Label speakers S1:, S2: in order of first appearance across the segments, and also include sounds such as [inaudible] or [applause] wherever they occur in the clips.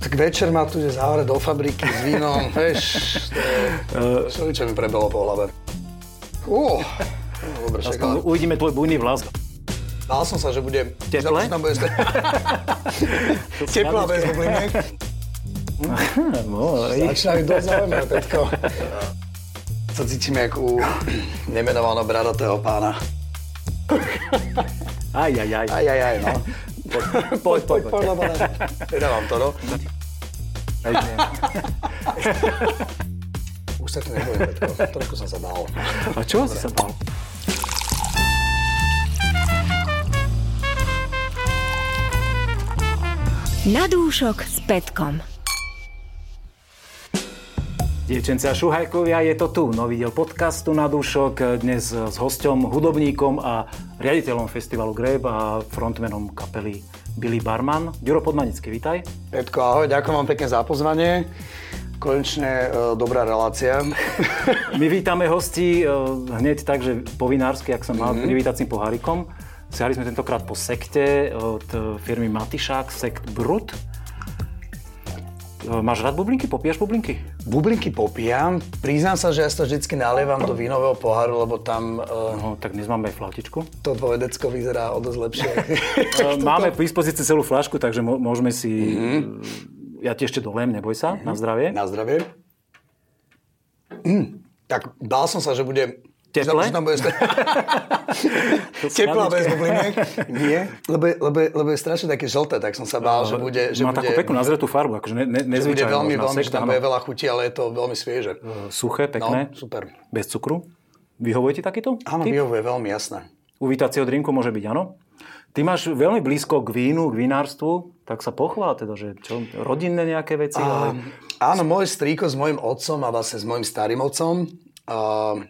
S1: Tak večer ma tu ide zavrieť do fabriky s vínom, vieš, to je, človeče mi prebelo po hlave. Ó, no dobre, však, ale
S2: Aspoň uvidíme tvoj bujný vlask.
S1: bál som sa, že bude...
S2: Teple?
S1: že tam bude ste- Teplá bez bubliniek.
S2: No, ale-
S1: Začínajú dosť zaujímavé, Petko. Sa cítim jak u nemenovaného bradatého pána.
S2: aj, aj, aj.
S1: Aj, aj, aj, no.
S2: [laughs] Poď, poď, poď.
S1: Podľa mňa. Dávam to, no. [laughs] Už sa to nebojím, Petko. Trošku som sa bál.
S2: A čo si sa bál?
S3: Na dúšok s Petkom.
S2: Dievčence a šuhajkovia, je to tu. Nový diel podcastu na dušok. eh, Dnes s hosťom, hudobníkom a riaditeľom festivalu Greb a frontmanom kapely Billy Barman. Ďuro Podmanický, vitaj.
S1: Petko, ahoj, ďakujem vám pekne za pozvanie. Konečne e, dobrá
S2: [laughs]
S1: relácia.
S2: My vítame hostí e, hneď tak, že povinársky, ak sa má, mm-hmm. privítacím pohárikom. Siahli sme tentokrát po sekte od e, firmy Matišák, sekt Brut. E, Máš rád bublinky? Popíjaš bublinky?
S1: Bublinky popijam. Priznám sa, že ja si to vždycky nalievam do vínového poháru, lebo tam e,
S2: No, tak dnes máme aj flautičku.
S1: to tvoje decko vyzerá o dosť
S2: [laughs]
S1: lepšie.
S2: E, Máme v dispozícii celú flašku, takže mo- môžeme si... Mm-hmm. Ja ti ešte dolem, neboj sa, mm-hmm. na zdravie.
S1: Mhm. Na zdravie. Mm, tak bál som sa, že bude...
S2: Teple?
S1: Že tam bude...
S2: [laughs]
S1: Teplá bez bubliniek. Nie. Lebo, je- lebo, je- lebo je strašne také žlté, tak som sa bál,
S2: No,
S1: že bude... Že
S2: Má
S1: bude,
S2: takú peknú nazretú farbu, akože ne, ne,
S1: že bude
S2: nezvyčajnú.
S1: veľmi,
S2: možno,
S1: veľmi, že
S2: sekta,
S1: tam
S2: áno.
S1: bude veľa chuti, ale je to veľmi svieže.
S2: Suché,
S1: No,
S2: pekné,
S1: super.
S2: bez cukru. Vyhovuje ti takýto?
S1: Áno,
S2: typ?
S1: vyhovuje veľmi jasné.
S2: Uvítacieho drinku môže byť, áno? Ty máš veľmi blízko k vínu, k vinárstvu, tak sa pochvál teda, že čo, rodinné nejaké veci, ale
S1: Áno, môj strýko s mojim otcom a vlastne s mojim starým otcom uh,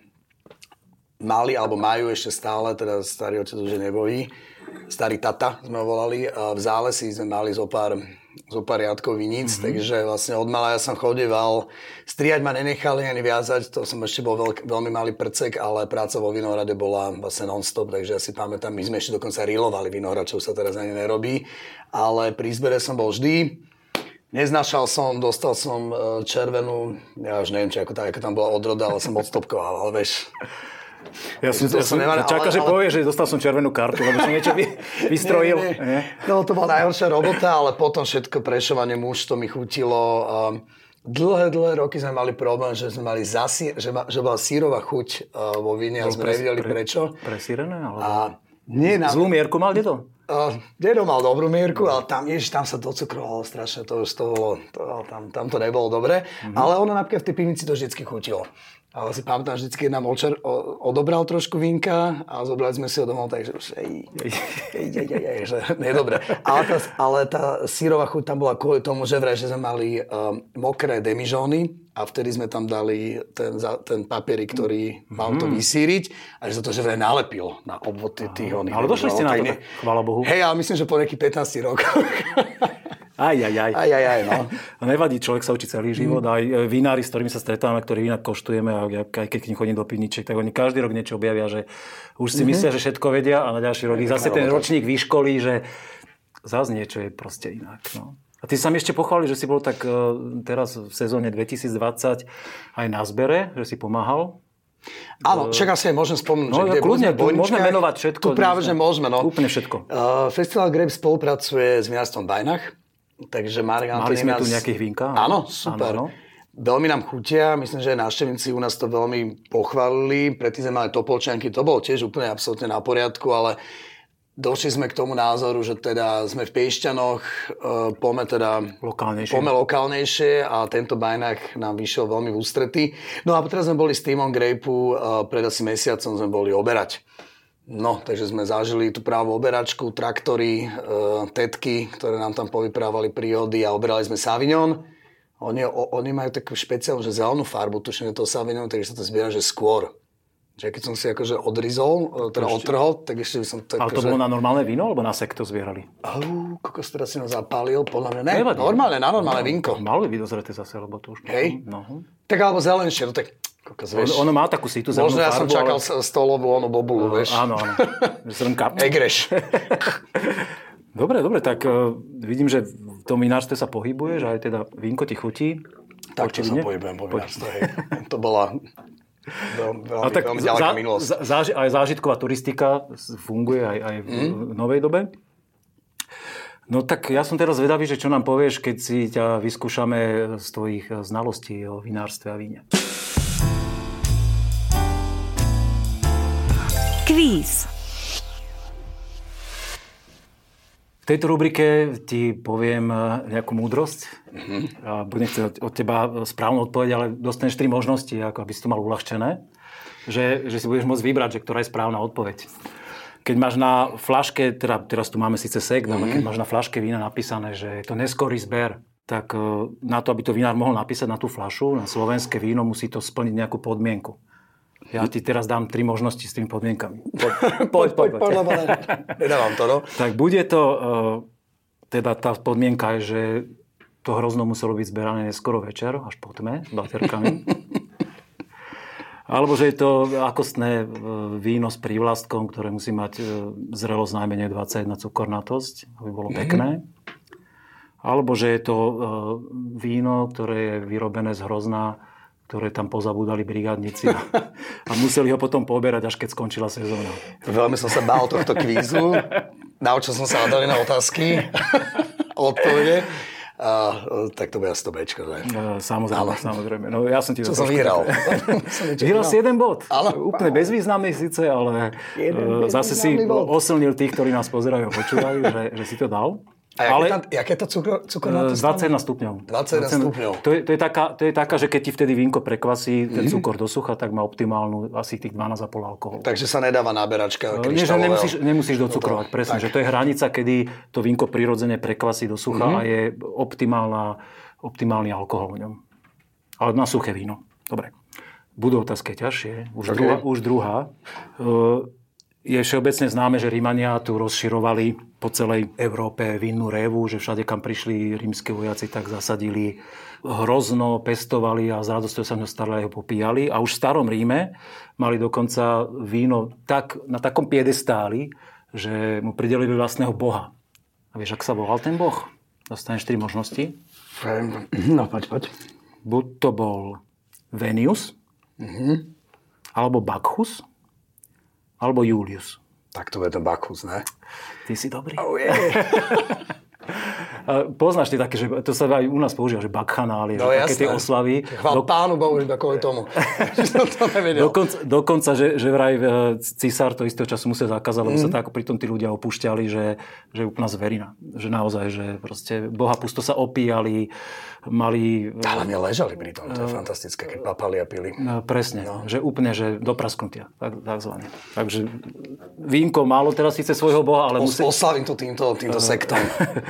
S1: mali, alebo majú ešte stále, teda starý otec už je nebojí, starý tata sme ho volali, uh, v zálesi sme mali zo pár, zo pár riadkov viníc, mm-hmm. takže vlastne od mala ja som chodeval, striať ma nenechali ani viazať, to som ešte bol veľk, veľmi malý prcek, ale práca vo Vinohrade bola vlastne non-stop, takže ja si pamätám, my sme ešte dokonca rilovali Vinohrad, čo už sa teraz ani nerobí, ale pri zbere som bol vždy, Neznašal som, dostal som e, červenú, ja už neviem, či ako, tá, ako tam bola odroda, ale som odstopkoval, ale vieš.
S2: ja som,
S1: to
S2: ja
S1: som
S2: som
S1: nemal-
S2: čaká,
S1: ale-
S2: že
S1: ale-
S2: povie, že dostal som červenú kartu, lebo som niečo vy, [laughs]
S1: [laughs]
S2: vystrojil.
S1: Nie,
S2: Nie?
S1: nie. No to bola najhoršia robota, ale potom všetko prešovanie muž, to mi chutilo. Um, dlhé, dlhé roky sme mali problém, že sme mali zasi, že, ma, že bola sírová chuť uh, vo víne a sme
S2: No, pres-
S1: nevedeli
S2: pre-
S1: prečo.
S2: Presírené, ale...
S1: A nie na...
S2: Zlú mierku mal dedo?
S1: Uh, dedo mal dobrú mierku, ale tam, ježiš, tam sa docukrovalo strašne, to už to bolo, to, tam, tam to nebolo dobre. Mm-hmm. Ale ono napríklad v tej pivnici to vždycky chutilo. Ale si pamätám, vždycky nám očer, o, odobral trošku vinka a zobrali sme si ho domov, takže už ej, ej, ej, ej, ej, ej, že [laughs] nedobre. Ale tá, ale tá sírová chuť tam bola kvôli tomu, že vraj, že sme mali um, mokré demižóny a vtedy sme tam dali ten, za, ten papierik, ktorý mal to vysíriť a že sa to že vraj nalepil na obvod tých- tých oných.
S2: Ale došli ste na to,
S1: demižónov,
S2: tak chvála Bohu.
S1: Hej, ale myslím, že po nejakých 15
S2: [laughs]
S1: rokoch.
S2: Aj, aj, aj.
S1: Aj, Mm. aj, aj, no.
S2: A nevadí, človek sa učí celý život. Aj e, vinári, s ktorými sa stretávame, ktorí inak koštujeme, a ja, aj keď k nim chodím do pivničiek, tak oni každý rok niečo objavia, že už
S1: Mhm.
S2: si myslia, že všetko vedia a na ďalší rok ich zase ten ročník vyškolí, že zás niečo je proste inak. No. A ty sa mi ešte pochválil, že si bol tak e, teraz v sezóne 2020 aj na zbere, že si pomáhal.
S1: Áno, však asi je môžem spomenúť.
S2: No,
S1: že kde
S2: kľudne,
S1: boli v
S2: môžeme
S1: bojničkách.
S2: menovať všetko.
S1: Tu práve, že môžeme, no.
S2: Úplne všetko.
S1: Uh, Festival Grape spolupracuje s vinárstvom Bajnach, takže Marek
S2: Mali
S1: Antonín
S2: sme
S1: nás-
S2: tu nejakých vínkach, áno. no.
S1: Áno, super.
S2: Áno, áno.
S1: Veľmi nám chutia, myslím, že aj návštevníci u nás to veľmi pochválili. Predtým sme mali topolčanky, to bolo tiež úplne absolútne na poriadku, ale došli sme k tomu názoru, že teda sme v Piešťanoch, uh, pome teda
S2: Lokálnejšie.
S1: Pome lokálnejšie a tento bajnak nám vyšiel veľmi v ústrety. No a teraz sme boli s týmom Grapeu, a pred asi mesiacom sme boli oberať. No, takže sme zažili tú právu oberačku, traktory, e, tetky, ktoré nám tam povyprávali príhody a oberali sme Savignon. Oni, o, oni majú takú špeciálnu, že zelenú farbu, tuším, je to Savignon, takže sa to zbiera, že skôr. Že keď som si akože odrizol, e, teda otrhol, tak ešte by som to...
S2: Ale to
S1: akože-
S2: bolo na normálne víno, alebo na sekto zvierali?
S1: Au, kokos, teraz si ho zapálil, podľa mňa. Ne,
S2: Nevadí. No.
S1: normálne, na normálne vinko.
S2: Malo by byť dozreté zase, lebo to už...
S1: Hej.
S2: No.
S1: Tak alebo zelenšie, no tak kokos, vieš.
S2: On, ono má takú situ zelenú
S1: Možno ja som
S2: farbu,
S1: čakal
S2: ale... No,
S1: [laughs] ale... stolovú onú bobulu, vieš.
S2: [laughs] Áno, áno. Zrnka.
S1: Egreš.
S2: Dobre, dobre, tak uh, vidím, že v tom vinárstve sa pohybuješ, aj teda vínko ti chutí.
S1: Tak to sa
S2: Očividne.
S1: pohybujem po
S2: Poď.
S1: vinárstve. hej. To bola veľmi,
S2: A
S1: veľmi,
S2: tak
S1: veľmi
S2: za,
S1: ďaleká minulosť.
S2: za, záži- aj zážitková turistika s- funguje aj, aj v
S1: Mhm.
S2: v novej dobe. No tak ja som teraz zvedavý, že čo nám povieš, keď si ťa vyskúšame z tvojich eh, znalostí o vinárstve a víne.
S3: Kvíz.
S2: V tejto rubrike ti poviem eh, nejakú múdrosť. A budem chcieť od teba správnu odpoveď, ale dostaneš tri možnosti, ako aby si to mal uľahčené. Že, že si budeš môcť vybrať, že ktorá je správna odpoveď. Keď máš na flaške, teda teraz tu máme síce segment, ale keď máš na flaške vína napísané, že je to neskorý zber, tak eh, na to, aby to vinár mohol napísať na tú flašu, na slovenské víno musí to splniť nejakú podmienku. Ja ti teraz dám tri možnosti s tými podmienkami. [laughs] Poď, poď, poď.
S1: Podľa mňa, nedávam to, no.
S2: Tak bude to, e, teda tá podmienka je, že to hrozno muselo byť zberané neskoro večer, až po tme, s baterkami. Alebo že je to akostné e, víno s prívlastkom, ktoré musí mať e, zrelosť najmenej 21 cukornatosť, aby bolo pekné. Alebo že je to e, víno, ktoré je vyrobené z hrozna, ktoré tam pozabudali brigádnici a, a museli ho potom poberať, až keď skončila sezóna.
S1: Veľmi som sa bál tohto kvízu. Naučil som sa na otázky, odpovede. A, e, tak to bude asi to Bčko, že?
S2: E, Samozrejme,
S1: Áno.
S2: samozrejme. No, ja som ti
S1: Čo
S2: to
S1: som
S2: trošku-
S1: vyhral. [laughs] no.
S2: Vyhral si jeden bod.
S1: Áno.
S2: Úplne bezvýznamný síce, ale
S1: Jeden
S2: jeden, zase si
S1: bezvýznamný bod.
S2: osilnil tých, ktorí nás pozerajú a počúvajú, že, že si to dal.
S1: A jaké,
S2: ale
S1: tam, jaké to cukro, cukor na
S2: e,
S1: to
S2: 21 stupňov.
S1: 21 stupňov. Mhm.
S2: To je, to, je taká, to je taká, že keď ti vtedy vínko prekvasí ten cukor do sucha, tak má optimálnu asi tých 12,5 alkoholu.
S1: Takže sa nedáva naberačka
S2: No, Nie, že
S1: kryštálového.
S2: nemusíš, nemusíš docukrovať, presne, že to je hranica, kedy to vínko prirodzene prekvasí do sucha
S1: Mhm.
S2: mm-hmm. a je optimálna, optimálny alkohol v ňom. Ale na suché víno. Dobre. Budú otázky ťažšie. Už
S1: Ok.
S2: druhá. Už druhá. Uh, je všeobecne známe, že Rímania tu rozširovali po celej Európe vinnú révu, že všade, kam prišli rímske vojaci, tak zasadili hrozno, pestovali a s radosťou sa ňo starali a ho popíjali. A už v starom Ríme mali dokonca víno tak, na takom piedestáli, že mu pridelili vlastného boha. A vieš, ak sa volal ten boh? Dostaneš tri možnosti.
S1: No, poď, poď.
S2: Buď to bol Venius,
S1: Mhm.
S2: alebo Bacchus, alebo Julius.
S1: Tak to bude ten Bakus, ne?
S2: Ty si dobrý.
S1: Oh, yeah.
S2: A poznáš tie také, že to sa aj u nás používa, že bakchanálie,
S1: [laughs] No,
S2: že také
S1: jasné.
S2: tie oslavy.
S1: Chvál pánu Bohu, iba kvôli
S2: [laughs]
S1: tomu. Som to nevedel.
S2: Dokonca, dokonca že, že vraj e, císar to istého času musel zakázať, lebo
S1: Mhm.
S2: sa tak pritom tí ľudia opúšťali, že, že je úplná zverina. Že naozaj, že proste boha pusto sa opíjali, mali... e,
S1: Ale mne ležali pri tom, to je fantastické, keď papali a pili.
S2: No, presne, no. že úplne, že do prasknutia, tak, takzvané. Takže vínko málo teraz síce svojho boha, ale musí... No,
S1: Oslavím to týmto, týmto sektom.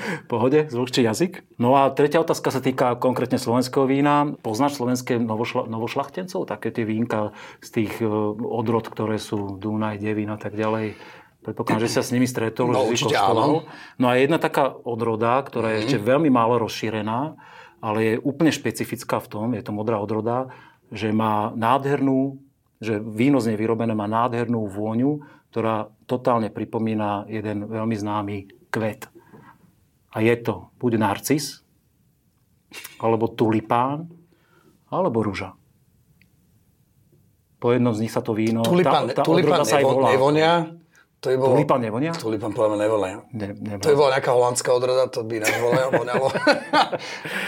S2: [laughs] Pohode, zvlhčí jazyk. No a tretia otázka sa týka konkrétne slovenského vína. Poznáš slovenské novošla, novošlachtencov? Také tie vínka z tých e, odrod, ktoré sú Dunaj, Devín a tak ďalej. Predpokladám, že sa s nimi stretol.
S1: No,
S2: že si
S1: určite Mhm.
S2: koštoval. No a jedna taká odroda, ktorá je ešte veľmi málo rozšírená, ale je úplne špecifická v tom, je to modrá odroda, že má nádhernú, že víno z nej vyrobené má nádhernú vôňu, ktorá totálne pripomína jeden veľmi známy kvet. A je to buď narcis, alebo tulipán, alebo rúža. Po jednom z nich sa to víno...
S1: Tulipán,
S2: no, tá, tá
S1: tulipán
S2: odroda sa aj
S1: nevo,
S2: volá.
S1: nevonia. To je bolo...
S2: Tulipán nevonia? No.
S1: Tulipán podľa mňa nevonia.
S2: Ne, nemá.
S1: To je bola nejaká holandská odroda, to by nás vonia-
S2: [laughs]
S1: voňalo.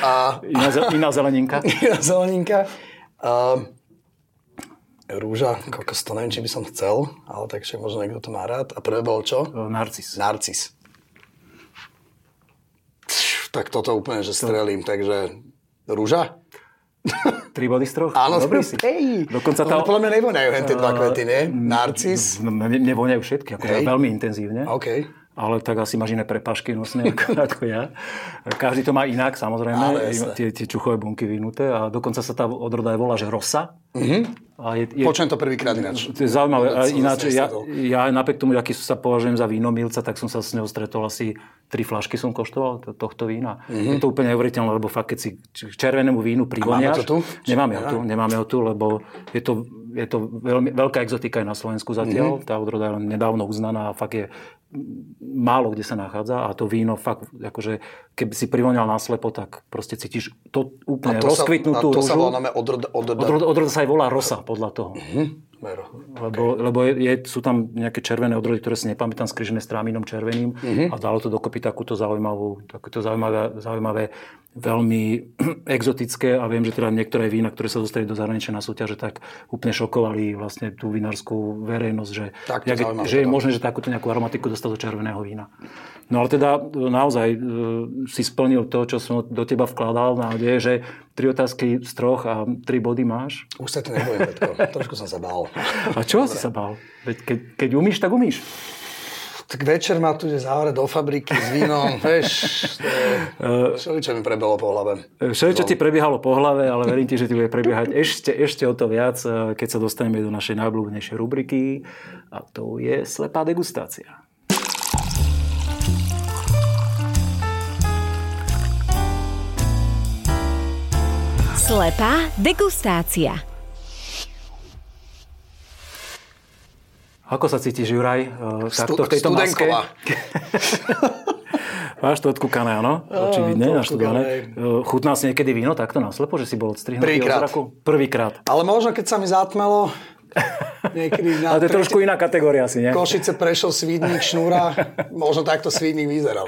S1: a
S2: Iná, ze- iná zeleninka.
S1: [laughs] zeleninka. Um, rúža, kokos, to neviem, či by som chcel, ale tak však možno niekto to má rád. A prvé bol čo?
S2: Narcis.
S1: Narcis. Pš, Tak toto úplne, že strelím, takže rúža?
S2: Tri body z troch?
S1: Áno,
S2: Dobrý si.
S1: Hej,
S2: Dokonca tá...
S1: Oni podľa mňa nevonajú hen tie dva kvety, nie? Narcis.
S2: No, mne, mne voňajú všetky, ako
S1: Hej.
S2: teda veľmi intenzívne.
S1: OK.
S2: Ale tak asi máš iné prepašky nosné ako, ako ja. Každý to má inak,
S1: Áno,
S2: samozrejme.
S1: jasné.
S2: tie, tie čuchové bunky vynuté. A dokonca sa tá odroda aj volá, že rosa.
S1: Mhm.
S2: Mm-hmm. A je, je,
S1: Počujem to prvýkrát ináč.
S2: To je zaujímavé.
S1: Vôbec
S2: A
S1: som
S2: ináč,
S1: sa
S2: ja,
S1: nestretol.
S2: ja napriek tomu, aký sa považujem za vínomilca, tak som sa s ňou stretol asi tri flašky som koštoval to, tohto vína.
S1: Mhm.
S2: Mm-hmm. Je to úplne neuveriteľné, lebo fakt, keď si č- k červenému vínu
S1: to
S2: privoniaš...
S1: tu?
S2: Nemáme ho tu, nemáme ho tu, lebo je to je to veľmi, veľká exotika aj na Slovensku
S1: Mhm.
S2: zatiaľ. Mm-hmm. Tá odroda je len nedávno uznaná a fakt je málo kde sa nachádza a to víno fakt, akože keby si privoňal náslepo, tak proste cítiš to úplne
S1: to sa-
S2: rozkvitnutú
S1: a to sa
S2: rúžu.
S1: voláme odroda. odroda.
S2: Odroda, odroda sa aj volá rosa podľa toho.
S1: Hm, Vero.
S2: Lebo, lebo je, je, sú tam nejaké červené odrody, ktoré si nepamätám, skrižené s tráminom červeným
S1: Mhm.
S2: a dalo to dokopy takúto zaujímavú, takúto zaujímavé, zaujímavé veľmi [clears throat] exotické a viem, že teda niektoré vína, ktoré sa dostali do zahraničia na súťaže, tak úplne šokovali vlastne tú vinárskú verejnosť, že,
S1: Tak to
S2: jak,
S1: zaujímavé, teda.
S2: že je
S1: áno.
S2: možné, že takúto nejakú aromatiku dostal do červeného vína. No ale teda e, naozaj e, si splnil to, čo som do teba vkladal, nádej, že tri otázky z troch a tri body máš.
S1: Už sa to nebojím, Petko. Trošku som sa bál.
S2: A čo si sa bál? Veď keď, keď umíš, tak umíš.
S1: Tak večer ma tu ide zavrieť do fabriky s vínom, vieš, to je- všeličo mi prebehlo po hlave. No.
S2: Všetko ti prebiehalo po hlave, ale verím ti, že ti bude prebiehať ešte, ešte o to viac, eh, keď sa dostaneme do našej najobľúbenejšej rubriky a to je slepá degustácia.
S3: Slepá degustácia.
S2: Ako sa cítiš, Juraj, eh, takto v tejto maske?
S1: Studenková.
S2: Máš to odkúkané, áno? Očividne,
S1: to
S2: máš to dané. Eh, Chutná si niekedy víno takto naslepo, že si bol odstrihnutý
S1: Prvýkrát.
S2: od zraku? Prvýkrát.
S1: Ale možno, keď sa mi zatmelo, niekedy na
S2: Ale to je trošku iná kategória asi, nie?
S1: Košice prešiel svidník šnúra, možno takto svidník vyzeral.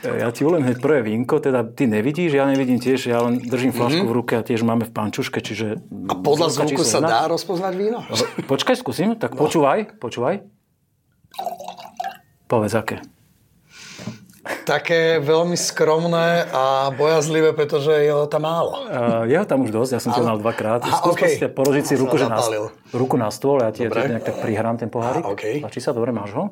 S2: E, Ja ti volím hneď prvé vínko, teda ty nevidíš, ja nevidím tiež, ja len držím flašku v ruke a tiež máme v pančuške, čiže...
S1: Mhm. A podľa
S2: ruka
S1: zvuku
S2: číslo
S1: sa
S2: jedna.
S1: dá No. rozpoznať víno?
S2: Počkaj, skúsim, tak počúvaj, počúvaj. Povedz, aké.
S1: Také veľmi skromné a bojazlivé, pretože je ho tam málo.
S2: Uh, ja tam už dosť, ja som to
S1: Áno.
S2: mal dvakrát.
S1: Aha,
S2: Skús
S1: okej.
S2: proste položiť si
S1: Som
S2: ruku, že na,
S1: zapálil.
S2: ruku na stôl, ja ti, ja ti
S1: Dobre.
S2: nejak tak prihrám ten pohárik.
S1: Aha, okej. Mhm.
S2: Páči sa, dobre, máš ho?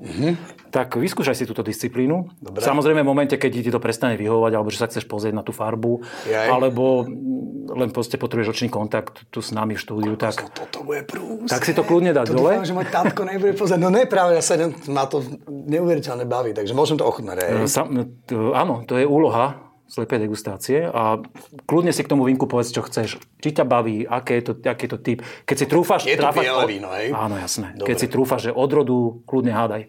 S2: Tak vyskúšaj si túto disciplínu.
S1: Dobre.
S2: Samozrejme v momente, keď ti to prestane vyhovovať, alebo že sa chceš pozrieť na tú farbu,
S1: Jaj.
S2: alebo mm, len proste potrebuješ očný kontakt tu s nami v štúdiu, tak...
S1: Toto bude prús.
S2: Tak si to kľudne dať
S1: to
S2: dole.
S1: Dúfam, že môj tátko nebude pozerať. No ne, práve ja sa idem- ma to neuveriteľne baví, takže môžem to ochutnať. aj.
S2: Sa, E, t- áno, to je úloha slepej degustácie a kľudne si k tomu vínku povedz, čo chceš. Či ťa baví, aké je to, aký je to typ. Keď si trúfaš...
S1: Je to
S2: tráfať-
S1: biele víno, hej?
S2: Áno, jasné.
S1: Dobre.
S2: Keď si trúfaš, že odrodu, kľudne hádaj. E,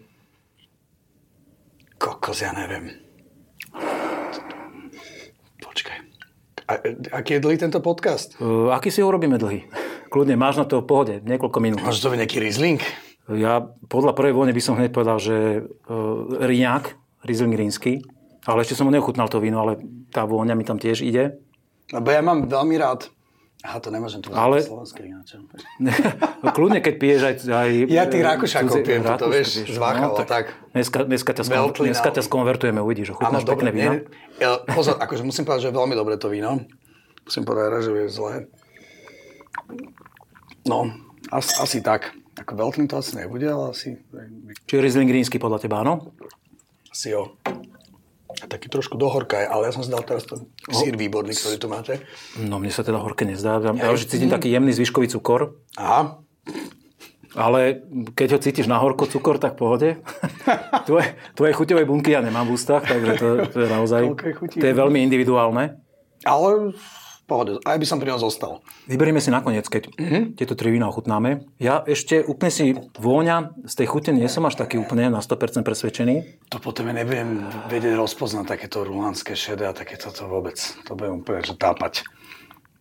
S1: Kokos, ja neviem. Počkaj. A, e, aký je dlhý tento podcast?
S2: Uh, aký si urobíme dlhý? [laughs] Kľudne, máš na to v pohode, niekoľko minút.
S1: Môže to byť nejaký Riesling?
S2: Ja podľa prvej vône by som hneď povedal, že uh, riňák, Riesling rínsky, ale ešte som ho neochutnal to víno, ale tá vôňa mi tam tiež ide.
S1: Lebo ja mám veľmi rád... Aha, to nemôžem tu
S2: Ale-
S1: slovenský ináč.
S2: [laughs] No Kľudne, keď piješ aj... aj e,
S1: Ja tých Rakúšakov
S2: cudzie-
S1: pijem, toto,
S2: Rakúšak
S1: vieš,
S2: piješ, no,
S1: z Váchava, tak.
S2: Dneska, dneska, ťa skonver,
S1: Veltlina.
S2: dneska ťa skonvertujeme, uvidíš, ochutnáš pekné vína.
S1: pozor, akože musím povedať, že je veľmi dobré to víno. Musím povedať, že je zlé. No, asi, asi tak. Ako veľkým to asi nebude, ale asi,
S2: Čiže Riesling Rínsky podľa teba, áno?
S1: asi jo. Taký trošku dohorka je, ale ja som si dal teraz ten sír výborný, ktorý tu máte.
S2: No mne sa teda horké nezdá. Ja, ja už cítim taký jemný zvyškový cukor,
S1: Aha,
S2: ale keď ho cítiš na horko cukor, tak v pohode.
S1: [laughs]
S2: tvoje, tvoje chuťové bunky ja nemám v ústach, takže to, to je
S1: [laughs]
S2: naozaj...
S1: Koľko je chutí?
S2: To je veľmi individuálne.
S1: ale v pohode. Aj by som pri ňom zostal.
S2: Vyberieme si nakoniec, keď
S1: Mhm.
S2: tieto tri vína ochutnáme. Ja ešte úplne si vôňa z tej chute nie som až taký úplne na 100% presvedčený.
S1: To potom ja nebudem vedieť rozpoznať takéto rulánske šedé a takéto to vôbec. To budem úplne že tápať.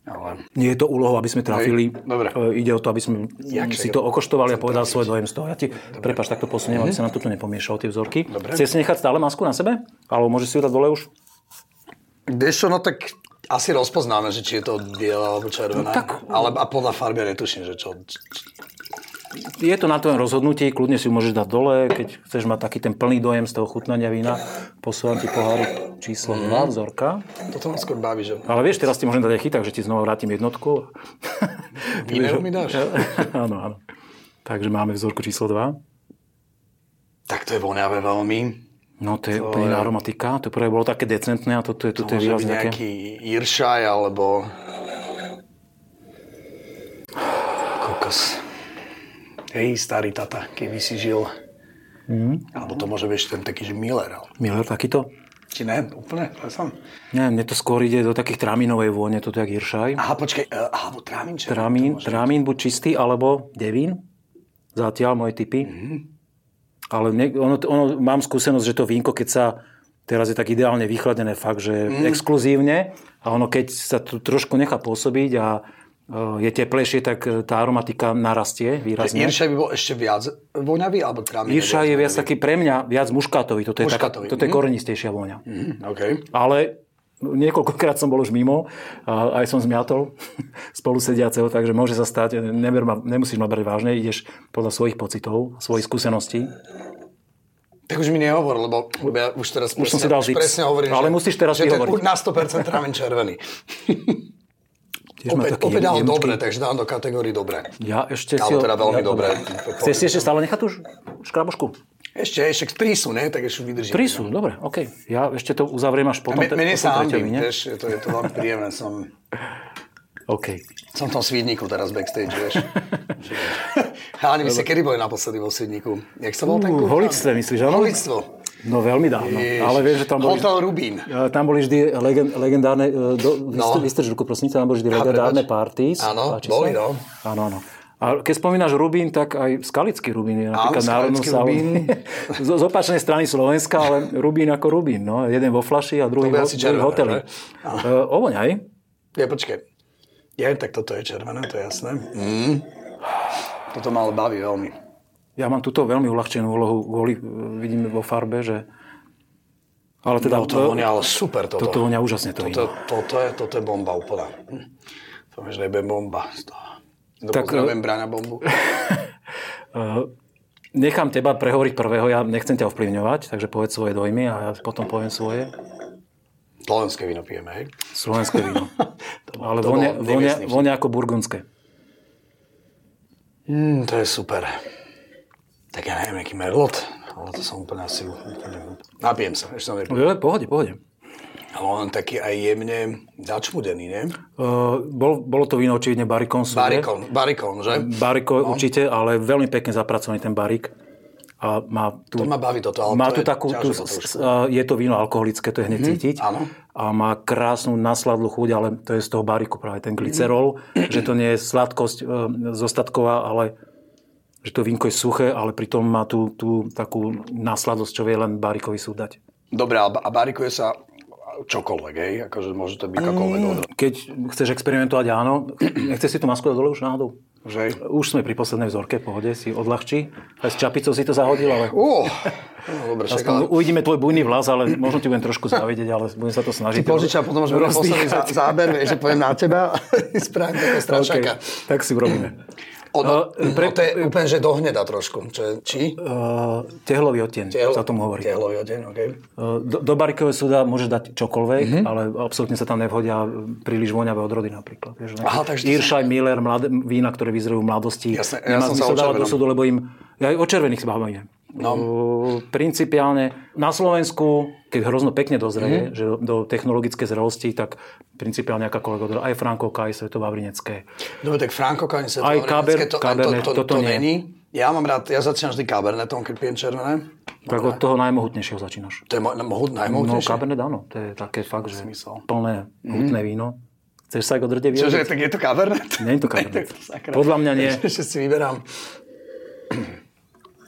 S1: Ale
S2: Nie je to úlohou, aby sme trafili.
S1: Hej, dobre.
S2: E, Ide o to, aby sme
S1: Jak
S2: si
S1: sa-
S2: to okoštovali a povedal svoj dojem z toho. Ja ti, prepáč, takto posuniem, aby sa na toto nepomiešalo tie vzorky.
S1: Mhm. Dobre.
S2: Chceš si nechať stále masku na sebe? Alebo môžeš si ju dať dole už?
S1: Vieš čo, no tak asi rozpoznáme, že či je to biela alebo červená.
S2: tak-
S1: Ale a podľa farby ja netuším, že čo.
S2: Je to na tvojom rozhodnutí, kľudne si ju môžeš dať dole, keď chceš mať taký ten plný dojem z toho chutnania vína. Posúvam ti pohárik
S1: Mhm.
S2: číslo 2 vzorka.
S1: Toto ma skôr baví, že
S2: Ale vieš, teraz ti môžem dať aj chyták, že ti znova vrátim jednotku.
S1: Vínero mi dáš?
S2: [laughs] áno, áno. Takže máme vzorku číslo 2.
S1: Tak to je voňavé veľmi.
S2: No to je úplne iná aromatika. To prvé bolo také decentné a toto je, toto
S1: Môže
S2: je výraz
S1: byť
S2: také.
S1: nejaký Iršaj alebo... Kokos. Hej, starý
S2: Mhm.
S1: tata, keby si žil. Mm. Alebo to môže byť ten taký, že Miller. Ale...
S2: Miller takýto?
S1: Či ne? Úplne? Plesom?
S2: Nie, mne to skôr ide do takých tráminovej vône, toto jak Hiršaj.
S1: Aha, počkej. e, Aha, bo trámin. čo? To
S2: Trámin,
S1: môže-
S2: trámin buď čistý, alebo devín. Zatiaľ moje typy.
S1: Mhm.
S2: Ale ne, ono, ono, mám skúsenosť, že to vínko, keď sa teraz je tak ideálne vychladené fakt, že
S1: Mhm.
S2: exkluzívne a ono keď sa tu trošku nechá pôsobiť a e, je teplejšie, tak e, tá aromatika narastie výrazne.
S1: Iršaj by bol ešte viac voňavý, alebo trámin?
S2: Irša je viac taký pre mňa viac muškátový. Toto je,
S1: Muškátový,
S2: Taká, toto je
S1: mhm.
S2: korenistejšia vôňa.
S1: Mhm, OK.
S2: Ale niekoľkokrát som bol už mimo a aj som zmiatol [laughs] spolusediaceho, takže môže sa stať, neber ma, nemusíš ma brať vážne, ideš podľa svojich pocitov, svojich skúseností.
S1: Tak už mi nehovor, lebo ja už teraz
S2: Už som si dal
S1: už
S2: zips.
S1: presne hovorím,
S2: Ale
S1: že,
S2: musíš teraz
S1: že to je
S2: vyhovoriť.
S1: na 100% trámin červený.
S2: Tiež má
S1: Opäť,
S2: taký
S1: opäť dám
S2: jemnúčky.
S1: dobre, takže dám do kategórii dobre.
S2: Ja ešte si...
S1: Alebo
S2: ho-
S1: teda veľmi
S2: ja-
S1: dobre.
S2: Chceš si ešte stále nechať už škrabošku?
S1: Ešte, ešte tri sú, ne? Tak ešte vydržím.
S2: Tri sú, dobre, OK. Ja ešte to uzavriem až potom.
S1: Me-
S2: te-
S1: Mene
S2: potom
S1: sa
S2: treťovi,
S1: hambím,
S2: nie?
S1: vieš, je to, je to veľmi príjemné. Som,
S2: OK.
S1: som v tom Svidníku teraz backstage,
S2: [laughs]
S1: vieš. Ale vy ste kedy boli naposledy vo Svidníku? Jak sa bol ten
S2: Uh,
S1: klub?
S2: holictve myslíš, áno?
S1: Holictvo.
S2: No veľmi dávno. Ale vieš, že tam boli...
S1: Hotel Rubín.
S2: E, Tam boli vždy legend, legendárne, e, do,
S1: No.
S2: no. vystrčku, prosím, tam boli vždy legendárne
S1: prepač.
S2: parties.
S1: Áno,
S2: Páči
S1: boli,
S2: sa?
S1: no.
S2: Áno, áno. A keď spomínaš Rubín, tak aj Skalický Rubín je napríklad
S1: Skalický
S2: národnú sálu.
S1: Rubín.
S2: [laughs] Z, z opačnej strany Slovenska, ale Rubín ako Rubín. No. Jeden vo flaši a druhý,
S1: To bude
S2: vo,
S1: asi
S2: druhý
S1: červené,
S2: hoteli.
S1: že?
S2: Uh, ovoňaj.
S1: Ja, počkaj. Ja, tak toto je červené, to je jasné. Mm. Toto ma ale baví veľmi.
S2: Ja mám túto veľmi uľahčenú úlohu. Voli, vidím vo farbe, že... Ale teda...
S1: No, to vonia, ale super toto.
S2: toto vonia úžasne to
S1: toto, toto, je, toto je bomba úplná. Hm. To vieš, nebe bomba z toho. No, tak,
S2: Tak, e-
S1: pozdravím Brána bombu.
S2: Uh, nechám teba prehovoriť prvého, ja nechcem ťa ovplyvňovať, takže povedz svoje dojmy a ja potom poviem svoje.
S1: Slovenské víno pijeme, hej?
S2: Slovenské víno.
S1: [laughs]
S2: Ale
S1: to bol
S2: vonia, vonia,
S1: nevyesný vtip.
S2: vonia ako burgundské.
S1: Mm, to je super. Tak ja neviem, nejaký merlot, ale to som úplne asi... Úplne... Napijem sa, ešte som nepil.
S2: Jo, pohode, pohode.
S1: Ale on taký aj jemne začmudený, ne?
S2: Uh, bol, bolo to víno očividne barikon.
S1: Barikon, No. barikon, že?
S2: Bariko určite, ale veľmi pekne zapracovaný ten barik. A má tu,
S1: To ma baví toto, ale
S2: má
S1: to
S2: tu
S1: je
S2: takú,
S1: ťažké
S2: tu,
S1: to
S2: s,
S1: trošku. Mhm,
S2: a je to víno alkoholické, to je hneď cítiť.
S1: áno.
S2: A má krásnu nasladlú chuť, ale to je z toho bariku práve
S1: Mhm.
S2: ten glycerol, že to nie je sladkosť e, zostatková, ale že to vínko je suché, ale pritom má tú, tú takú nasladosť, čo vie len barikovi súd dať.
S1: Dobre, a, ba- a barikuje sa čokoľvek, hej? Akože môže to byť akokoľvek mm.
S2: Keď chceš experimentovať, áno, nechceš si tú masku dať dole už náhodou?
S1: že?
S2: Už sme pri poslednej vzorke, pohode, si odľahčí. Aj s čapicou si to zahodil,
S1: [laughs]
S2: ale...
S1: Ó, no, dobre, však, ale...
S2: Aspoň uvidíme tvoj bujný vlas, ale možno ti budem trošku závidieť, ale budem sa to snažiť.
S1: Požičam potom, že [laughs] budem posledný
S2: rozdýchať.
S1: zá- záber, vieš, že poviem na teba, [laughs] spravím takého strašáka.
S2: OK, tak si urobíme.
S1: Ono,
S2: Eh,
S1: pre... no,
S2: pre-
S1: to je úplne, že dohneda trošku. Čo je, či?
S2: Uh, tehlový odtieň,
S1: Tehlo-
S2: sa tomu hovorí.
S1: Tehlový odeň, OK.
S2: Uh, do, do barikového súda môžeš dať
S1: Mhm.
S2: čokoľvek, ale absolútne sa tam nevhodia príliš voňavé odrody napríklad. Vieš,
S1: Aha, takže to
S2: Iršaj, Miller, mladé, vína, ktoré vyzerajú v mladosti.
S1: Jasné, ja som
S2: Nemá
S1: sa
S2: zmysel
S1: o
S2: dávať do
S1: červenom.
S2: súdu, lebo im... Ja aj o červených sa bavíme.
S1: No.
S2: Uh, principiálne na Slovensku, keď hrozno
S1: Mhm.
S2: pekne dozrie, že do, do technologickej zrelosti, tak principiálne akákoľvek odroda. Aj Frankovka, aj Svetovavrinecké.
S1: Dobre, No tak Franko, kajne sa
S2: Aj Kaber-
S1: to, a
S2: Cabernet,
S1: to, to, to, to
S2: toto nie.
S1: není. Ja mám rád, ja začínam vždy kabernetom, keď pijem červené.
S2: Tak od toho najmohutnejšieho začínaš.
S1: To je mo- mohut
S2: No,
S1: najmohutnejšie.
S2: Cabernet áno, to je také fakt, že
S1: Smysel. Mhm.
S2: plné hutné víno. Chceš sa ako drde vyjadriť?
S1: Čože, tak je to kabernet? [laughs]
S2: Nie je to Cabernet.
S1: Sakra.
S2: Podľa mňa
S1: [laughs]
S2: nie.
S1: Ešte si vyberám.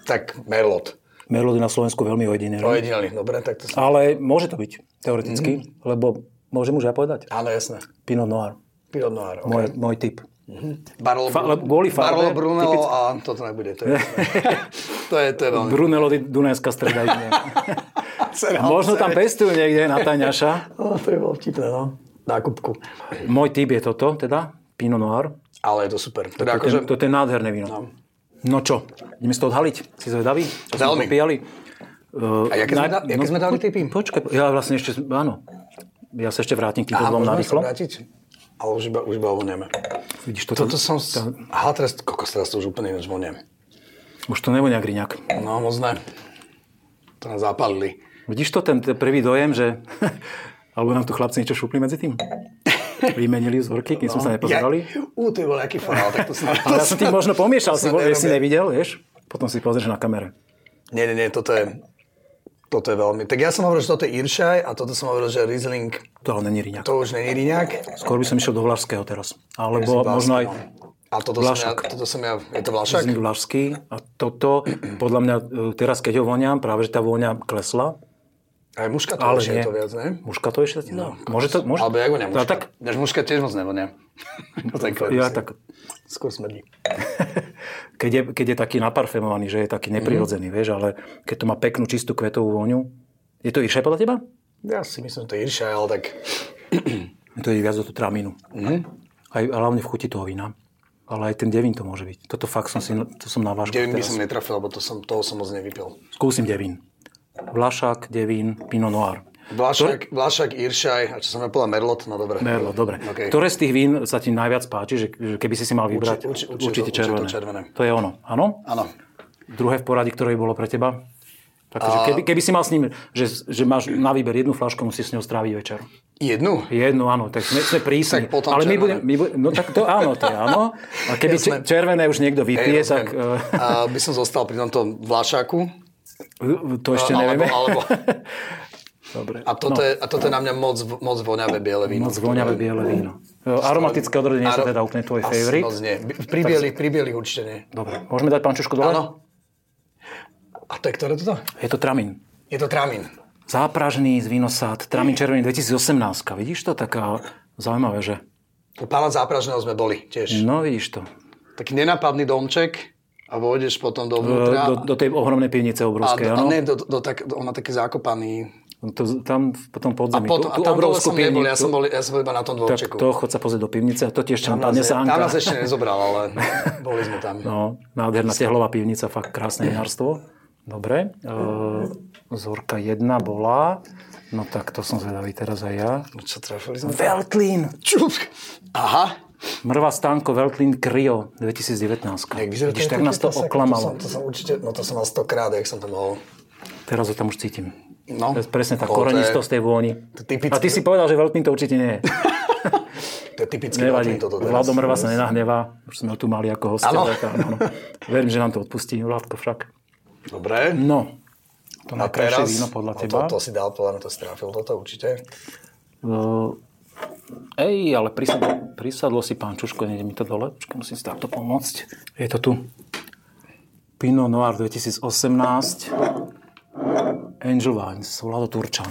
S1: tak Merlot.
S2: Merlot je na Slovensku veľmi
S1: To
S2: ojedinelý.
S1: je dielný, dobre, tak to sa...
S2: Ale môže to byť, teoreticky, lebo môžem už ja povedať.
S1: Áno, jasné.
S2: Pinot Noir,
S1: Pinot Noir, okay.
S2: môj, môj typ.
S1: Barolo,
S2: Fa- ale kvôli
S1: Barolo
S2: farbe,
S1: Brunello
S2: typicky-
S1: a toto nebude. To je,
S2: [laughs]
S1: to je, to je veľmi...
S2: Brunello di Dunajská streda. [laughs] je.
S1: Cereál,
S2: Možno tam
S1: cereál.
S2: pestujú niekde na Taňaša.
S1: No, to je bolo vtipné, no. Nákupku.
S2: Môj typ je toto, teda Pinot Noir.
S1: Ale je to super. Teda
S2: Toto je-
S1: akože,
S2: Toto je nádherné víno. No, čo, ideme si to odhaliť? Si zvedavý? Čo sme
S1: Veľmi.
S2: popíjali?
S1: a jaké sme, da, jaké sme dali
S2: po-
S1: typy?
S2: no, Počkaj, ja vlastne ešte, áno. Ja sa ešte vrátim k týmto dvom
S1: môžeme sa
S2: narýchlo.
S1: vrátiť? Ale už iba, už iba vonieme.
S2: Vidíš, toto,
S1: Toto som... s- Aha, teraz, kokos, teraz to už úplne ináč voniem.
S2: už to nevonia griňak.
S1: No, moc ne. To nás zapalili.
S2: Vidíš to, ten, ten prvý dojem, že... [laughs] Alebo nám tu chlapci niečo šupli medzi tým? Vymenili vzorky, kým sme sa nepozerali.
S1: No. Ja, ú, ty bol aký fanál, tak to som...
S2: [laughs] Ale ja som ti možno pomiešal,
S1: to
S2: si,
S1: sa
S2: vieš, si
S1: nerobia.
S2: nevidel, vieš? Potom si pozrieš na kamere.
S1: Nie, nie, nie, toto je... Toto je veľmi... Tak ja som hovoril, že toto je Iršaj a toto som hovoril, že Riesling,
S2: To ale není riňak.
S1: to už není Riňák.
S2: Skôr by som išiel do Vlašského teraz. Alebo
S1: Vlastne,
S2: možno aj
S1: no. A toto som, ja,
S2: Vlašok.
S1: toto som ja... Je to Vlašak?
S2: Riesling Vlašský. A toto, [clears throat] podľa mňa, e, teraz keď ho voniam, práve že tá vôňa klesla.
S1: Aj muška to
S2: Ale
S1: už je
S2: nie.
S1: to viac, ne?
S2: Muška to ešte? No. Môže to? Môže?
S1: Alebo ja vonia
S2: No,
S1: muška.
S2: tak,
S1: Než muška tiež moc nevonia. [laughs] No, tak to
S2: ja
S1: je-
S2: tak,
S1: Skôr smrdí.
S2: keď je, keď je taký naparfumovaný, že je taký
S1: Mhm.
S2: neprirodzený, vieš, ale keď to má peknú, čistú kvetovú vôňu. Je to iršaj podľa teba?
S1: Ja si myslím, že to je Iršaj, ale tak...
S2: To je viac do tú tramínu.
S1: Mhm.
S2: Aj, a hlavne v chuti toho vína. Ale aj ten devín to môže byť. Toto fakt som si, to som na vášku
S1: Devin by
S2: teraz.
S1: som netrafil, lebo to som, toho som moc nevypil.
S2: Skúsim devín. Vlašák, devín, Pinot Noir.
S1: Vlášak, Vlášak, Iršaj, a čo som ja povedal, Merlot, no dobre.
S2: Merlo, dobre.
S1: Okay.
S2: Ktoré z tých vín sa ti najviac páči, že, že keby si si mal vybrať?
S1: určite-
S2: určite
S1: určite
S2: červené.
S1: červené.
S2: To je ono, áno?
S1: Áno.
S2: Druhé v poradí, ktoré by bolo pre teba? Takže keby, keby si mal s ním, že, že máš na výber jednu flašku, musíš s ňou stráviť večer.
S1: Jednu?
S2: Jednu, áno, tak sme, sme
S1: Tak
S2: prísni.
S1: potom
S2: Ale my
S1: červené.
S2: budeme, my budem, no tak to áno, to je áno. A keby
S1: Jasné.
S2: če- červené už niekto vypije, tak
S1: rozumiem.
S2: eh,
S1: A by som zostal pri tomto Vlášaku.
S2: [laughs] to ešte
S1: alebo,
S2: nevieme.
S1: alebo,
S2: Dobre.
S1: a, toto je, a toto je na mňa moc, moc voňavé biele víno.
S2: Moc voňavé biele víno. Eh, Aromatické odrodenie
S1: Aro-
S2: sa teda úplne tvoj
S1: Asi
S2: favorit.
S1: Moc nie. Pri bielých, pri bielých určite nie.
S2: Dobre, môžeme dať pančušku dole?
S1: Áno. A to je ktoré toto?
S2: Je to tramín.
S1: Je to tramín.
S2: Zápražný z Vinosad, Tramín červený 2018. Vidíš to? Taká zaujímavé, že?
S1: U pána Zápražného sme boli tiež.
S2: No, vidíš to.
S1: Taký nenapadný domček a vojdeš potom
S2: Eh, Do,
S1: dovnútra.
S2: E, do, do tej ohromnej pivnice
S1: Teda- a,
S2: obrovskej,
S1: do, a
S2: áno?
S1: ne, do, do, tak, on má taký zakopaný.
S2: To, tam v- potom
S1: A,
S2: podzemí.
S1: potom, a
S2: tú, tú
S1: tam dole
S2: obrovskú
S1: som nebol, ja
S2: pivnicu.
S1: som, bol, ja som bol iba na tom
S2: Tak
S1: dvorčeku.
S2: to chod sa pozrieť do pivnice a to tiež
S1: Tam
S2: šampadne
S1: nás- tam nás
S2: sánka.
S1: ešte nezobral,
S2: [laughs]
S1: ale boli sme tam.
S2: No, nádherná tehlová pivnica, fakt krásne vinárstvo. Dobre. E, Zorka 1 bola. No tak to som zvedavý teraz aj ja.
S1: No Čo trafili sme?
S2: Veltlin.
S1: Čup. Aha.
S2: Mrva stánko Veltlin Cryo 2019.
S1: Jak vyzerá
S2: Vidíš,
S1: ten
S2: tak nás to
S1: kokos, ako
S2: oklamalo.
S1: To som, to som určite, no to som mal stokrát, jak som to mohol.
S2: Teraz ho tam už cítim.
S1: No.
S2: To je presne tá
S1: Bolo to
S2: korenistosť
S1: je-
S2: tej vôni.
S1: To typické.
S2: A ty si povedal, že veľmi to určite nie je.
S1: To je typický
S2: Nevadí.
S1: Veltlin toto teraz.
S2: Vlado Mrva sa nenahnevá. Už sme ho tu mali ako hostia.
S1: Áno.
S2: Tak, áno, áno. Verím, že nám to odpustí. Vládko však.
S1: Dobre.
S2: No. To
S1: A
S2: najkrajšie
S1: teraz,
S2: víno podľa
S1: no
S2: teba.
S1: To, to si dal, podľa mňa to si trafil, toto určite.
S2: Uh, Ej, ale prisadlo, prisadlo si pán Čuško, nejde mi to dole. Počkaj, musím si takto pomôcť. Je to tu. Pinot Noir 2018. Angel Wines, Vlado Turčan.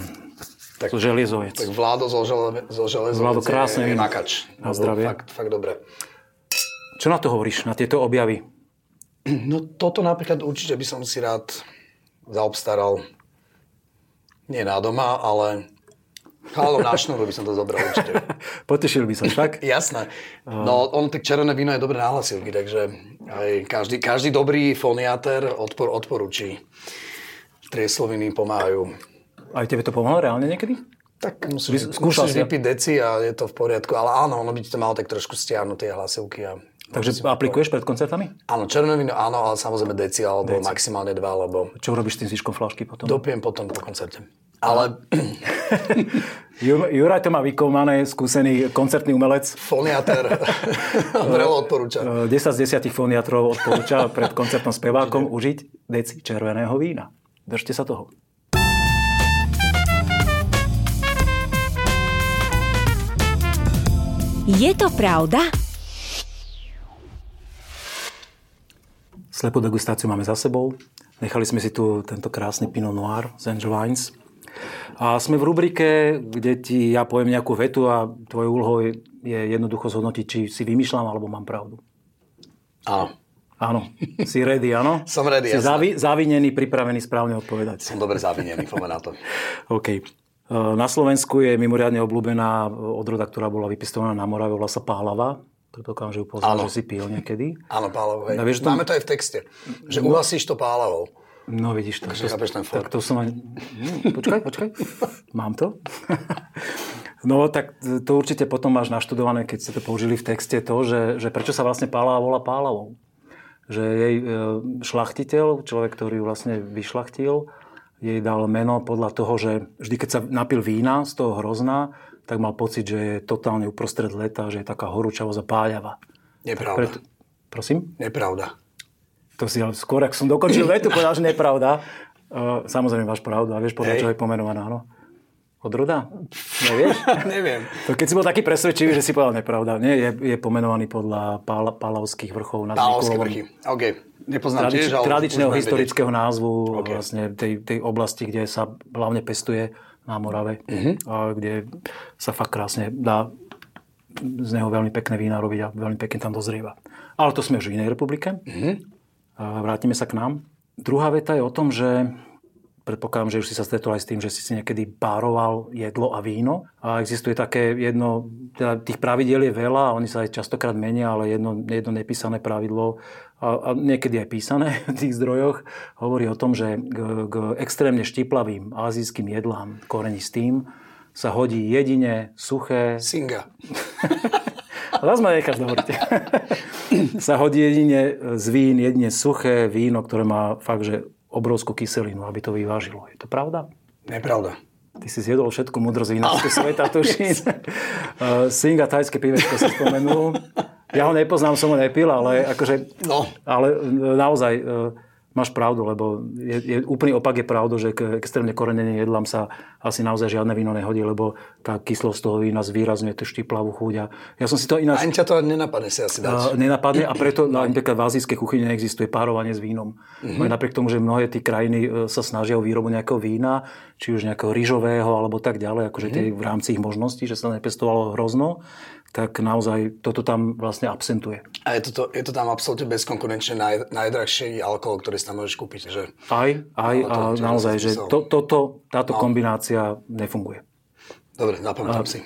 S1: Tak-
S2: Tak, želiezovec.
S1: Tak Vládo zo, žele, zo železo
S2: Vládo, krásne
S1: je
S2: víno.
S1: makač.
S2: Na
S1: Lebo
S2: zdravie.
S1: Fakt, fakt dobre.
S2: Čo na to hovoríš, na tieto objavy? [laughs]
S1: No toto napríklad určite by som si rád zaobstaral. Nie na doma, ale chalom na šnúru by som to zobral určite.
S2: Potešil by som však.
S1: Jasné. No, on tak červené víno je dobré na hlasivky, takže aj každý, každý dobrý foniater odpor, odporúči. Triesloviny pomáhajú.
S2: Aj tebe to pomohlo reálne niekedy?
S1: Tak musíš,
S2: Vy- skúšal
S1: musíš
S2: si-
S1: vypiť deci a je to v poriadku. Ale áno, ono by ti to malo tak trošku stiahnuť tie hlasivky. A...
S2: Takže aplikuješ pred koncertami?
S1: Áno, červené víno, áno, ale samozrejme deci, alebo maximálne dva, lebo
S2: Čo urobíš s tým zvyškom flašky potom?
S1: dopijem potom po koncerte. Ale [clears throat]
S2: Ju- Juraj to má vykomané, skúsený koncertný umelec.
S1: [laughs] foniater vrelo odporúčam.
S2: E, 10 z 10 foniatrov odporúča pred koncertom spevákom užiť deci červeného vína. Držte sa toho.
S3: Je to pravda?
S2: Slepú degustáciu máme za sebou. Nechali sme si tu tento krásny Pinot Noir z Angel Wines. A sme v rubrike, kde ti ja poviem nejakú vetu a tvojou úlohou je je jednoducho zhodnotiť, či si vymýšľam alebo mám pravdu.
S1: Áno,
S2: Áno. Si ready, áno?
S1: Som ready, jasné.
S2: Si zavi- zavinený, pripravený správne odpovedať.
S1: som dobre zavinený, poďme na to.
S2: OK. E, Na Slovensku je mimoriadne obľúbená odroda, ktorá bola vypestovaná na Morave, volá sa Pálava. Predpokladám, že ju poznáš,
S1: Áno.
S2: že si pil niekedy.
S1: Áno, Pálavo, hej.
S2: No, vieš, Mm-hmm. to-
S1: Máme to aj v texte, že uhasíš to Pálavou.
S2: No vidíš to.
S1: Takže
S2: to-
S1: Akože chápeš ten flirt.
S2: tak to som ani... Hm, Počkaj, počkaj. Mám to? [laughs] No tak to určite potom máš naštudované, keď ste to použili v texte, to, že, že prečo sa vlastne Pálava volá Pálavou. Že jej e, šlachtiteľ, človek, ktorý ju vlastne vyšlachtil, jej dal meno podľa toho, že vždy, keď sa napil vína z toho hrozna, tak mal pocit, že je totálne uprostred leta, že je taká horúčavo zapáľava.
S1: Nepravda.
S2: Preto... Prosím?
S1: Nepravda.
S2: [laughs]
S1: [laughs]
S2: To si ale skôr, ak som dokončil vetu, povedal, že nepravda. Uh, samozrejme, máš pravdu. A vieš, podľa
S1: Hej.
S2: čo je pomenovaná, áno? Odroda?
S1: [laughs]
S2: Nevieš?
S1: Neviem.
S2: To keď si bol taký presvedčivý, že si povedal nepravda. Nie, je, je pomenovaný podľa Pal- Palavských vrchov na
S1: Pálovské
S2: Zmikulovom.
S1: vrchy. OK. Nepoznám
S2: Tradič,
S1: tiež, ale...
S2: tradičného
S1: už budem
S2: historického vedieť. názvu
S1: OK.
S2: okay. vlastne tej, tej oblasti, kde sa hlavne pestuje na Morave,
S1: Mhm.
S2: uh-huh. a kde sa fakt krásne dá z neho veľmi pekné vína robiť a veľmi pekne tam dozrieva. Ale to sme už v inej republike.
S1: Mhm.
S2: Uh-huh. A vrátime sa k nám. Druhá veta je o tom, že predpokladám, že už si sa stretol aj s tým, že si si niekedy pároval jedlo a víno. A existuje také jedno, teda tých pravidiel je veľa, a oni sa aj častokrát menia, ale jedno, jedno nepísané pravidlo, a, a niekedy aj písané [laughs] v tých zdrojoch, hovorí o tom, že k, k extrémne štiplavým azijským jedlám, korenistým, sa hodí jedine suché,
S1: Singa.
S2: [laughs] Zas ma necháš hovoriť. sa hodí jedine z vín, jedine suché víno, ktoré má fakt, že obrovskú kyselinu, aby to vyvážilo. Je to pravda?
S1: Nepravda.
S2: Ty si zjedol všetku múdrosť vinárskeho sveta, tuším. Eh, Singa tajské pivečko si spomenul. Ja ho nepoznám, som ho nepil, ale akože...
S1: No.
S2: Ale eh, naozaj eh, máš pravdu, lebo je, je, úplný opak je pravda, že k extrémne koreneným jedlám sa asi naozaj žiadne víno nehodí, lebo tá kyslosť toho vína zvýrazňuje tú štiplavú chuť. A ja som si to ináč...
S1: Ani ťa to nenapadne si asi dať.
S2: A Eh, nenapadne a preto na- napríklad v azijskej kuchyni neexistuje párovanie s vínom.
S1: Mhm.
S2: Mm-hmm. Napriek tomu, že mnohé tie krajiny e, sa snažia o výrobu nejakého vína, či už nejakého rýžového alebo tak ďalej,
S1: Mhm.
S2: akože mm-hmm. tie v rámci ich možností, že sa nepestovalo hrozno, tak naozaj toto tam vlastne absentuje.
S1: A je to, to, je to tam absolútne bezkonkurenčne naj, najdrahší alkohol, ktorý si tam môžeš kúpiť. Že?
S2: Aj, aj
S1: Ale
S2: a
S1: No, to- to
S2: naozaj, že
S1: nezmysel.
S2: to, toto, táto
S1: No.
S2: kombinácia nefunguje. [laughs]
S1: Dobre, zapamätám si.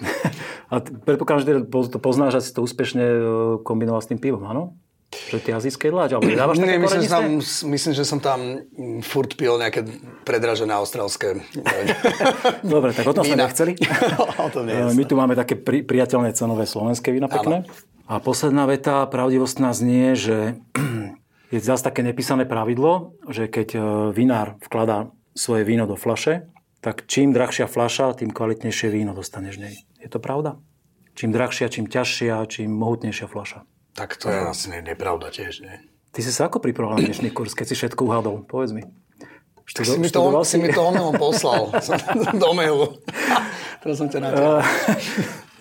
S2: A t- predpokladám, že teda po- to poznáš, že si to úspešne e, kombinoval s tým pivom, áno? Že tie azijské jedlá, alebo nedávaš
S1: Nie, myslím,
S2: také
S1: že
S2: koreniste?
S1: som, myslím, že som tam mm, furt pil nejaké predražené australské.
S2: [laughs] Dobre, tak o tom sme
S1: Vína.
S2: nechceli.
S1: [laughs] o tom nie.
S2: E, My tu máme také pri, priateľné cenové slovenské vína pekné. A posledná veta, pravdivostná znie, že [clears throat] je zase také nepísané pravidlo, že keď e, vinár vkladá svoje víno do flaše, tak čím drahšia flaša, tým kvalitnejšie víno dostaneš v nej. Je to pravda? Čím drahšia, čím ťažšia, čím mohutnejšia flaša.
S1: Tak to je asi ne- nepravda tiež, nie?
S2: Ty si sa ako pripravoval na dnešný kurz, keď si všetko uhádol? Povedz mi.
S1: Tak si
S2: Študo-
S1: mi to,
S2: študoval
S1: si mi to omylom poslal [laughs] som do
S2: [laughs]
S1: mailu. Teraz som ťa
S2: Uh.
S1: naťahol.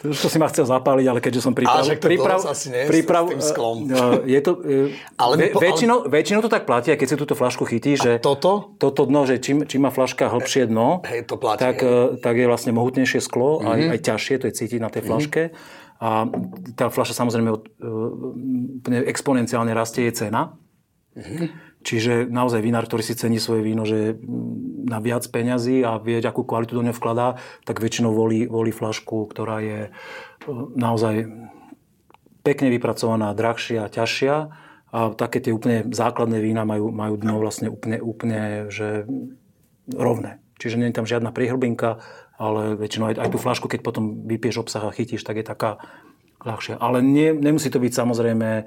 S2: To už to si ma chcel zapáliť, ale keďže som priprav...
S1: Ale však to dosť asi nie, s tým sklom.
S2: e, e, Je to, ale
S1: Ale
S2: ve,
S1: my po- ale-
S2: väčšinou, väčšinou to tak platí, aj keď si túto flašku chytíš, že
S1: toto?
S2: toto dno, že čím, čím má flaška hlbšie dno,
S1: Hej, Mhm. to platí,
S2: tak, e, tak je vlastne mohutnejšie sklo, mm-hmm. aj, aj ťažšie, to je cítiť na
S1: Mhm.
S2: tej flaške. A tá fľaša samozrejme od, e, úplne exponenciálne rastie jej cena.
S1: Mhm.
S2: Čiže naozaj vinár, ktorý si cení svoje víno, že mm, na viac peňazí a vie, akú kvalitu do neho vkladá, tak väčšinou volí, volí flašku, ktorá je e, naozaj pekne vypracovaná, drahšia, ťažšia. A také tie úplne základné vína majú, majú dno vlastne úplne, úplne že rovné. Čiže nie je tam žiadna priehlbinka, ale väčšinou aj, aj tú flašku, keď potom vypieš obsah a chytíš, tak je taká ľahšia. Ale nie, nemusí to byť samozrejme e,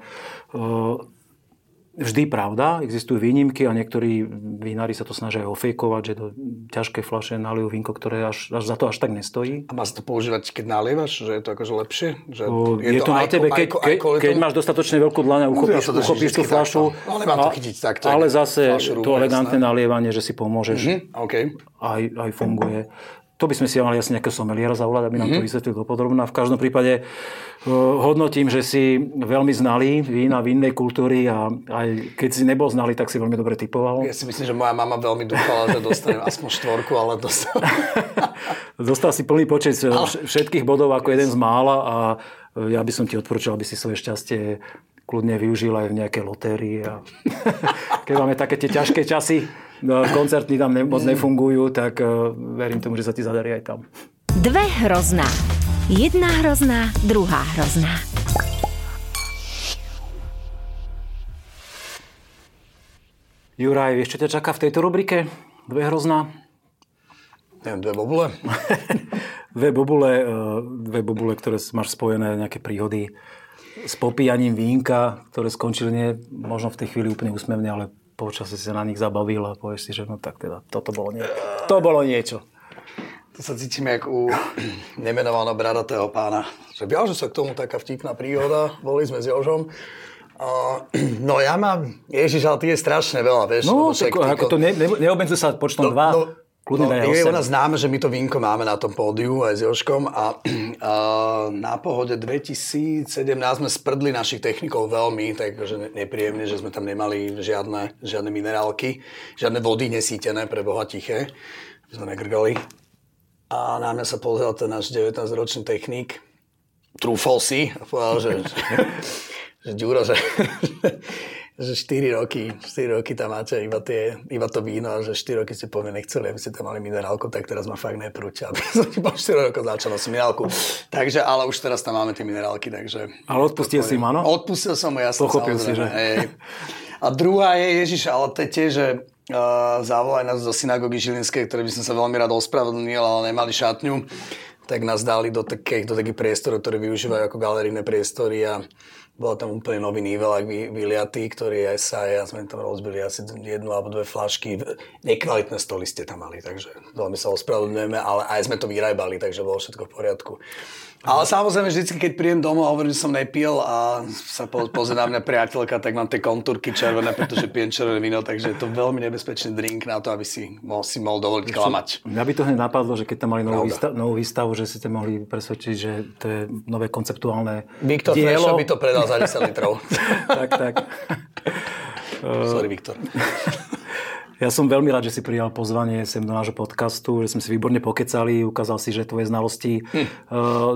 S2: vždy pravda, existujú výnimky a niektorí vinári sa to snažia aj ofejkovať, že do ťažkej flaše nalijú vínko, ktoré až, až za to až tak nestojí.
S1: A má sa to používať, keď nalievaš? Že je to akože lepšie? Že
S2: O, Je, je to, to na
S1: aj-
S2: tebe,
S1: aj-
S2: keď,
S1: aj
S2: keď,
S1: kvôli
S2: keď
S1: tomu-
S2: máš dostatočne veľkú dlaň a uchopíš,
S1: sa to
S2: uchopíš tú
S1: vždycky
S2: flašu.
S1: takto. No, ale mám to
S2: a-
S1: chytiť takto,
S2: Ale
S1: jak
S2: zase
S1: fľašu
S2: to
S1: rúbou,
S2: elegantné
S1: jasné.
S2: nalievanie, že si pomôžeš,
S1: Hm, OK.
S2: aj, aj funguje. To by sme si mali asi nejakého someliera zavolať, aby nám
S1: Mhm.
S2: to vysvetlil dopodrobná. V každom prípade eh, hodnotím, že si veľmi znalý vína, vinnej kultúry a aj keď si nebol znalý, tak si veľmi dobre typoval.
S1: Ja si myslím, že moja mama veľmi dúfala, že dostanem aspoň štvorku, ale dostal.
S2: [laughs] Dostal si plný počet eh, vš- všetkých bodov ako jeden z mála a eh, ja by som ti odporúčal, aby si svoje šťastie kľudne využil aj v nejakej lotérii. A... [laughs] Keď máme také tie ťažké časy, no, koncertní tam ne- moc nefungujú, tak eh, verím tomu, že sa ti zadarí aj tam.
S3: Dve hrozná. Jedna hrozná, druhá hrozná.
S2: Juraj, vieš, čo ťa čaká v tejto rubrike? Dve hrozná.
S1: Neviem, dve bobule.
S2: [laughs] Dve bobule, eh, dve bobule, ktoré s- máš spojené, nejaké príhody s popíjaním vínka, ktoré skončili nie, možno v tej chvíli úplne úsmevne, ale počasie si sa na nich zabavil a povieš si, že no tak teda, toto bolo niečo. To bolo niečo.
S1: To sa cítim jak u [clears throat] nemenovaného bradatého pána. Že viaže sa k tomu taká vtipná príhoda. Boli sme s Jožom Uh, [clears throat] no ja mám, ježiš, ale ty je strašne veľa, vieš. lebo
S2: No,
S1: však
S2: tak, ako to ne, ne, neobmedzuj sa počtom dva, kľudne daj
S1: No, je u
S2: 8.
S1: nás známe, že my to vínko máme na tom pódiu aj s Joškom a, a na pohode 2017 sme sprdli našich technikov veľmi, takže ne- nepríjemne, že sme tam nemali žiadne, žiadne minerálky, žiadne vody nesítené pre boha tiché, že sme negrgali. A na mňa sa pozrel ten náš 19-ročný technik, trúfol si a povedal, že, že Ďuro, že, že 4 roky, 4 roky tam máte iba, tie, iba to víno a že 4 roky ste po mne nechceli, aby ste tam mali minerálku, tak teraz ma fakt nepruť. A som ti po 4 rokoch začal som minerálku. Takže, ale už teraz tam máme tie minerálky, takže...
S2: Ale odpustil si im, áno?
S1: Odpustil som mu, jasne.
S2: Pochopil si,
S1: samozrejme,
S2: že?
S1: hej. A druhá je, Ježiš, ale to je tiež, že uh, zavolaj nás do synagógy Žilinskej, ktoré by som sa veľmi rád ospravedlnil, ale nemali šatňu, tak nás dali do, takých, do takých priestorov, ktoré využívajú ako galerijné priestory a bol tam úplne nový nível, ak vy, vyliatý, ktorý aj sa, ja sme tam rozbili asi jednu alebo dve flašky. Nekvalitné stoly ste tam mali, takže veľmi sa ospravedlňujeme, ale aj sme to vyrajbali, takže bolo všetko v poriadku. Ale samozrejme, vždy, keď príjem domov a hovorím, že som nepil a sa po- pozrie na mňa priateľka, tak mám tie kontúrky červené, pretože pijem červené víno, takže je to veľmi nebezpečný drink na to, aby si mohol, si mohol dovoliť klamať.
S2: Mňa by to hneď napadlo, že keď tam mali
S1: Pravda.
S2: novú, výsta- novú výstavu, že ste mohli presvedčiť, že to je nové konceptuálne
S1: Viktor Frešo
S2: dielo.
S1: by to predal za 10 [laughs] litrov.
S2: [laughs] tak, tak.
S1: [laughs] Sorry, Viktor.
S2: Ja som veľmi rád, že si prijal pozvanie sem do nášho podcastu, že sme si výborne pokecali, ukázal si, že tvoje znalosti hm.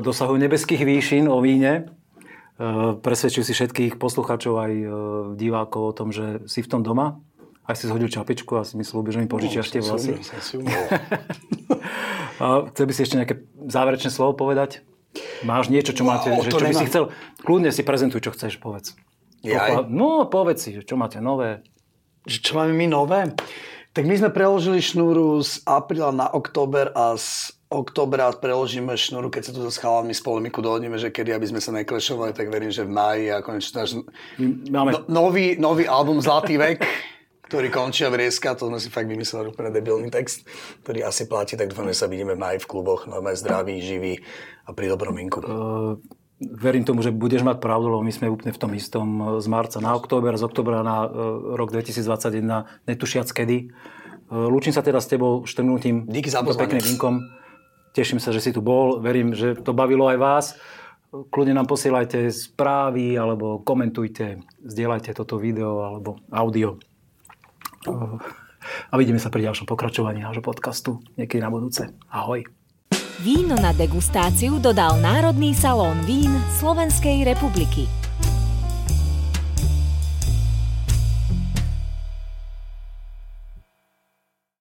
S2: dosahujú nebeských výšin o víne. Eh, Presvedčil si všetkých poslucháčov aj eh, divákov o tom, že si v tom doma. Aj si zhodil čapičku a si mi slúbil, že mi
S1: No,
S2: požičiaš tie vlasy.
S1: Som si umýl.
S2: A chcel by si ešte nejaké záverečné slovo povedať? Máš niečo, čo máte,
S1: Wow,
S2: že,
S1: No, to
S2: čo by si
S1: nemám.
S2: chcel? Kľudne si prezentuj, čo chceš, povedz.
S1: Jaj.
S2: No, povedz si, čo máte nové.
S1: Že čo máme my nové? Tak my sme preložili šnúru z apríla na október a z októbra preložíme šnúru, keď sa tu s chalami s polemiku dohodneme, že kedy aby sme sa neklešovali, tak verím, že v máji a konečne náš
S2: My máme...
S1: no, nový, nový album Zlatý vek, ktorý končí a vrieska, to sme si fakt vymysleli úplne debilný text, ktorý asi platí, tak dúfam, že sa vidíme v máji v kluboch, normálne zdraví, živí a pri dobrom inku.
S2: Uh, verím tomu, že budeš mať pravdu, lebo my sme úplne v tom istom eh, z marca na október, z októbra na eh, rok 2021, netušiac kedy. Uh, lúčim sa teda s tebou štrnutím.
S1: Díky za
S2: Týmto
S1: pozvanie.
S2: Pekným vinkom. Teším sa, že si tu bol. Verím, že to bavilo aj vás. Kľudne nám posielajte správy, alebo komentujte, zdieľajte toto video, alebo audio. Eh, A vidíme sa pri ďalšom pokračovaní nášho podcastu niekedy na budúce. Ahoj.
S3: Víno na degustáciu dodal Národný salón vín Slovenskej republiky.